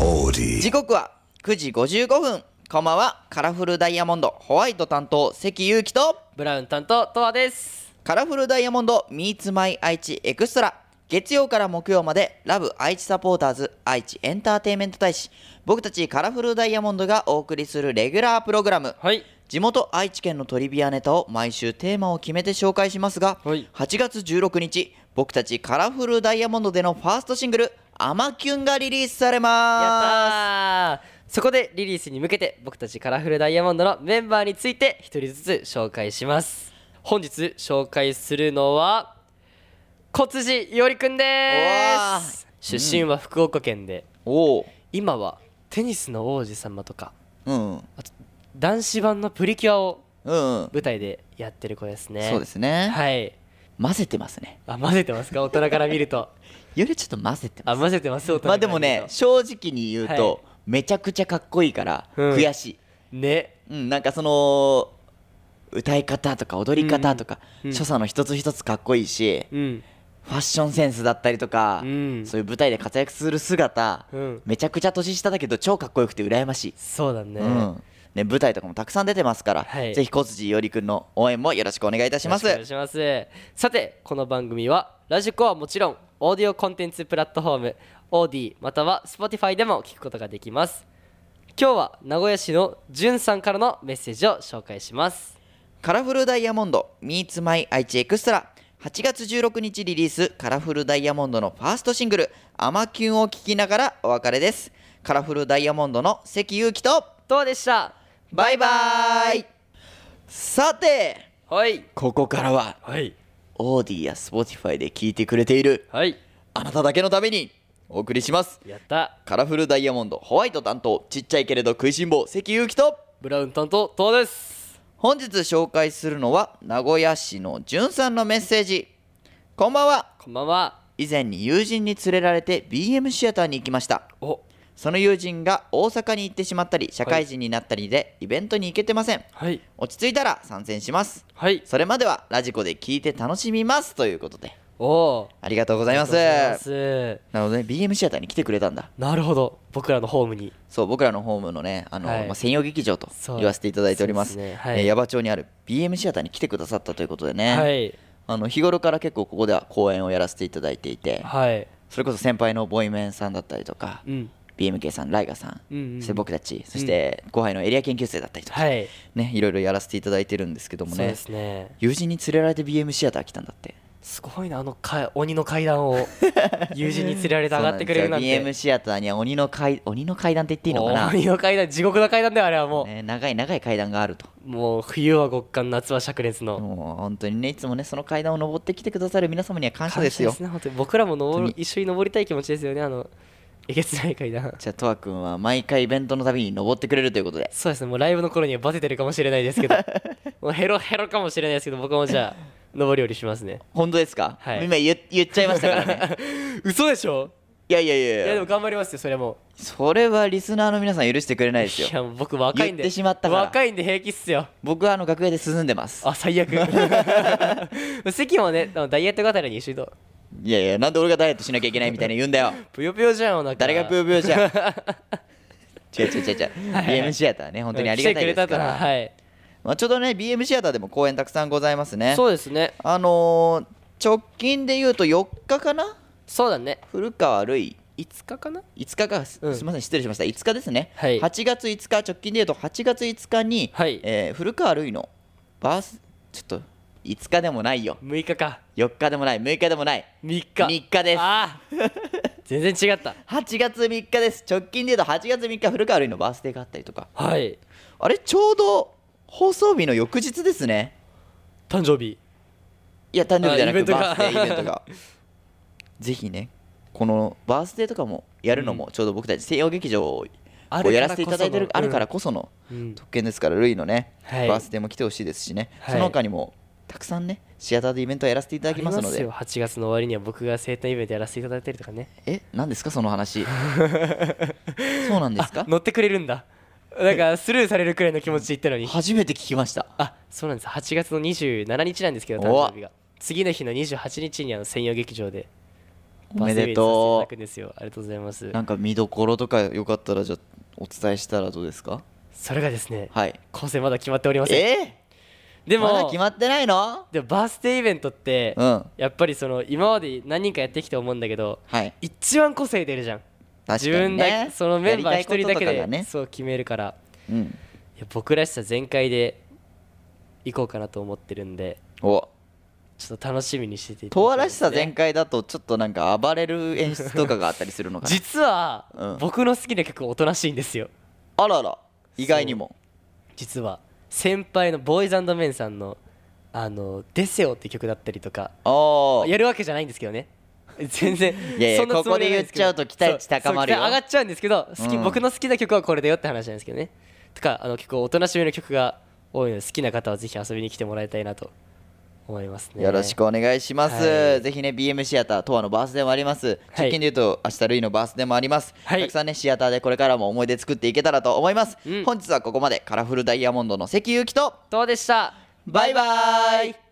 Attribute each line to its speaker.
Speaker 1: オーディ
Speaker 2: 時刻は9時55分こんばんはカラフルダイヤモンドホワイト担当関ゆうきと
Speaker 3: ブラウン担当とわです
Speaker 2: カラフルダイヤモンド Meets My 愛知エクストラ月曜から木曜までラブ愛知サポーターズ愛知エンターテインメント大使僕たちカラフルダイヤモンドがお送りするレギュラープログラム
Speaker 3: はい
Speaker 2: 地元愛知県のトリビアネタを毎週テーマを決めて紹介しますが、
Speaker 3: はい
Speaker 2: 8月16日僕たちカラフルダイヤモンドでのファーストシングル「アマキュン」がリリースされます
Speaker 3: やったーそこでリリースに向けて僕たちカラフルダイヤモンドのメンバーについて一人ずつ紹介します本日紹介するのは小辻伊織くんで
Speaker 2: わ
Speaker 3: す出身は福岡県で、
Speaker 2: おお
Speaker 3: 今はテニスの王子様とか
Speaker 2: うん
Speaker 3: あと男子版のプリキュアを
Speaker 2: うん、うん
Speaker 3: 舞台でやってる子ですね
Speaker 2: そうですね、
Speaker 3: はい
Speaker 2: 混ぜてますね
Speaker 3: あ混ぜてますか大人から見ると
Speaker 2: よりちょっと混ぜてま
Speaker 3: あ
Speaker 2: す
Speaker 3: 混ぜてます大人
Speaker 2: まあ
Speaker 3: から見る
Speaker 2: で
Speaker 3: と
Speaker 2: もね正直に言うと、
Speaker 3: は
Speaker 2: めちゃくちゃかっこいいから
Speaker 3: うん
Speaker 2: 悔し
Speaker 3: ね
Speaker 2: い、うんなんかその歌い方とか踊り方とか、
Speaker 3: うんうん
Speaker 2: 所作の一つ一つかっこいいし、
Speaker 3: うん
Speaker 2: ファッションセンスだったりとか、
Speaker 3: うん
Speaker 2: そういう舞台で活躍する姿、
Speaker 3: うん
Speaker 2: めちゃくちゃ年下だけど超かっこよくて羨ましい、
Speaker 3: そうだね、
Speaker 2: うんね、舞台とかもたくさん出てますから、
Speaker 3: はい
Speaker 2: ぜひ小辻伊織くんの応援もよろしくお願いいたします
Speaker 3: よろくお願いしますさてこの番組はラジコはもちろんオーディオコンテンツプラットフォームオーディまたは Spotify でも聞くことができます今日は名古屋市のじゅんさんからのメッセージを紹介します
Speaker 2: カラフルダイヤモンド Meets My 愛知エクストラ8月16日リリースカラフルダイヤモンドのファーストシングル「アマキュン」を聴きながらお別れですカラフルダイヤモンドの関ゆうきと
Speaker 3: どうでした
Speaker 2: バイバーイさて
Speaker 3: はい
Speaker 2: ここからは
Speaker 3: はい
Speaker 2: オーディや Spotify で聴いてくれている
Speaker 3: はい
Speaker 2: あなただけのためにお送りします
Speaker 3: やった
Speaker 2: カラフルダイヤモンドホワイト担当ちっちゃいけれど食いしん坊関ゆうきと
Speaker 3: ブラウン担当とわです
Speaker 2: 本日紹介するのは名古屋市のじゅんさんのメッセージこんばんは
Speaker 3: こんばんは
Speaker 2: 以前に友人に連れられて BM シアターに行きました
Speaker 3: お
Speaker 2: その友人が大阪に行ってしまったり社会人になったりでイベントに行けてません、
Speaker 3: はい
Speaker 2: 落ち着いたら参戦します
Speaker 3: はい
Speaker 2: それまではラジコで聞いて楽しみますということで
Speaker 3: おお
Speaker 2: ありがとうございます
Speaker 3: ありがとうございます
Speaker 2: なので、ね、BM シアターに来てくれたんだ
Speaker 3: なるほど僕らのホームに
Speaker 2: そう僕らのホームのねあの、
Speaker 3: はい
Speaker 2: まあ、専用劇場と
Speaker 3: そう
Speaker 2: 言わせていただいております
Speaker 3: そうですねはい
Speaker 2: えー矢場町にある BM シアターに来てくださったということでね、
Speaker 3: はい
Speaker 2: あの日頃から結構ここでは公演をやらせていただいていて
Speaker 3: はい
Speaker 2: それこそ先輩のボイメンさんだったりとか、
Speaker 3: うん
Speaker 2: BMK さん、ライガさん、
Speaker 3: うんうん
Speaker 2: そして僕たち、そして後輩のエリア研究生だったりとか、
Speaker 3: はい
Speaker 2: ね、いろいろやらせていただいてるんですけども
Speaker 3: そう
Speaker 2: ね
Speaker 3: で、すね
Speaker 2: 友人に連れられて BM シアター来たんだって。
Speaker 3: すごいなあのか鬼の階段 を友人に連れられて上がってくれるなん
Speaker 2: そうなん
Speaker 3: て
Speaker 2: ですよ BM シアターには鬼の階鬼の階段って言っていいのかな、
Speaker 3: 鬼の階段地獄の階段だよあれはもう、
Speaker 2: ね、長い長い階段があると。
Speaker 3: もう冬は極寒夏は灼熱の
Speaker 2: もう本当にね、いつもね、その階段を登ってきてくださる皆様には感謝ですよ。
Speaker 3: 感ね本当に僕らも登
Speaker 2: 本
Speaker 3: る
Speaker 2: 当
Speaker 3: 一緒に登りたい気持ちですよねあのえげつない階段
Speaker 2: じゃあ、とわくんは毎回イベントのたびに登ってくれるということで、
Speaker 3: そうですねもうライブの頃にはバテてるかもしれないです けどもうヘロヘロかもしれないですけど僕もじゃあ登り降りしますね
Speaker 2: 本当ですか、
Speaker 3: はい
Speaker 2: 今言言っちゃいましたからね。
Speaker 3: 嘘でしょ
Speaker 2: いやいやい
Speaker 3: い
Speaker 2: や
Speaker 3: や
Speaker 2: い
Speaker 3: で
Speaker 2: や
Speaker 3: も、頑張りますよそれはも
Speaker 2: それはリスナーの皆さん許してくれな
Speaker 3: う
Speaker 2: いですよ
Speaker 3: い。やもう僕若いんで
Speaker 2: 言ってしまったから
Speaker 3: 若いんで平気っすよ
Speaker 2: 僕はあの楽屋で涼んでます
Speaker 3: あ最悪席もねあのダイエット語りに一緒にと
Speaker 2: いやいやなんで俺がダイエットしなきゃいけないみたいな言うん だよ
Speaker 3: ぷよぷよじゃんお腹
Speaker 2: 誰がぷよぷよじ ゃん違う違う違う違う BM シアターね本当にありがたいです
Speaker 3: 来てく
Speaker 2: か
Speaker 3: れた
Speaker 2: ら、
Speaker 3: らはい
Speaker 2: まあ、ちょうどね BM シアターでも公演たくさんございますね
Speaker 3: そうですね
Speaker 2: あのー直近で言うと4日かな
Speaker 3: そうだね
Speaker 2: 古川るい
Speaker 3: 5日かな
Speaker 2: 5日かす,、
Speaker 3: うん
Speaker 2: みません失礼しました5日ですね、
Speaker 3: はい
Speaker 2: 8月5日直近で言うと8月5日に、
Speaker 3: はい
Speaker 2: えー古川るいのバースちょっと5日でもないよ
Speaker 3: 6日か
Speaker 2: 4日でもない6日でもない
Speaker 3: 3日
Speaker 2: 3日です
Speaker 3: ああ全然違った
Speaker 2: 8月3日です直近で言うと8月3日古川瑠衣のバースデーがあったりとか
Speaker 3: はい
Speaker 2: あれちょうど放送日の翌日ですね
Speaker 3: 誕生日
Speaker 2: いや誕生日じゃな
Speaker 3: あイベ
Speaker 2: く
Speaker 3: ントが
Speaker 2: バースデーイベントが ぜひねこのバースデーとかもやるのもちょうど僕たち西洋劇場を
Speaker 3: あるからこ
Speaker 2: こうやらせ
Speaker 3: その
Speaker 2: ていただいてるあるからこその
Speaker 3: うん
Speaker 2: 特権ですからルイのね、
Speaker 3: はい
Speaker 2: バースデーも来てほしいですしね、
Speaker 3: はい
Speaker 2: その他にもたくさんねシアターでイベントやらせていただきますの
Speaker 3: あり
Speaker 2: で
Speaker 3: よ8月の終わりには僕が生誕イベントやらせていただいたりとかね
Speaker 2: え何ですかその 話そうなんですか
Speaker 3: 乗ってくれるんだなんかスルーされるくらいの気持ちで言ったのに
Speaker 2: 初めて聞きました
Speaker 3: あそうなんです8月の27日なんですけど
Speaker 2: お
Speaker 3: 誕生日が次の日の28日にあの専用劇場で
Speaker 2: おめでと
Speaker 3: バースデーウェイさせていただくんですよありがとうございます
Speaker 2: うなんか見どころとかよかったらじゃあお伝えしたらどうですか
Speaker 3: それがですね
Speaker 2: はい
Speaker 3: 構成まだ決まっておりません
Speaker 2: え
Speaker 3: で
Speaker 2: ー、まだ
Speaker 3: も
Speaker 2: 決まってないの
Speaker 3: でもバースデーイベントって
Speaker 2: うん
Speaker 3: やっぱりその今まで何人かやってきて思うんだけど
Speaker 2: はい
Speaker 3: 一番個性出るじゃん
Speaker 2: 確
Speaker 3: 自
Speaker 2: か
Speaker 3: 分
Speaker 2: に
Speaker 3: だけ
Speaker 2: ね
Speaker 3: そのメンバー
Speaker 2: やり
Speaker 3: 一
Speaker 2: たい
Speaker 3: 人
Speaker 2: こと
Speaker 3: だ
Speaker 2: と
Speaker 3: け
Speaker 2: かが
Speaker 3: で
Speaker 2: ね
Speaker 3: そう決めるから
Speaker 2: うん
Speaker 3: いや僕らしさ全開で行こうかなと思ってるんで
Speaker 2: お
Speaker 3: ちょっと楽しみにしててい
Speaker 2: 十
Speaker 3: ただきたい
Speaker 2: 和
Speaker 3: で
Speaker 2: らし
Speaker 3: すね
Speaker 2: さ全開だとちょっとなんか暴れる演出とかがあったりするのかな
Speaker 3: 実は、
Speaker 2: うん
Speaker 3: 僕の好きな曲おとなしいんですよ
Speaker 2: あらら意外にも
Speaker 3: 実は先輩のボーイズメンさんの「あのデセオ」って曲だったりとか
Speaker 2: ああ
Speaker 3: やるわけじゃないんですけ どね全然
Speaker 2: いやいや
Speaker 3: そんなつもりはないすけど
Speaker 2: ここで言っちゃうと期待値高まるよ
Speaker 3: そうそう期待上がっちゃうんですけど好き、
Speaker 2: うん
Speaker 3: 僕の好きな曲はこれだよって話なんですけどねとかあの結構おとなしめの曲が多いので好きな方はぜひ遊びに来てもらいたいなと思いますね
Speaker 2: よろしくお願いします、
Speaker 3: はい
Speaker 2: ぜひね BM シアターとわのバースデーもあります
Speaker 3: はい
Speaker 2: 直近で言うと明日ルイのバースデーもあります、
Speaker 3: はい
Speaker 2: たくさんねシアターでこれからも思い出作っていけたらと思います、
Speaker 3: うん
Speaker 2: 本日はここまでカラフルダイヤモンドの関ゆうきと
Speaker 3: どうでした
Speaker 2: バイバイ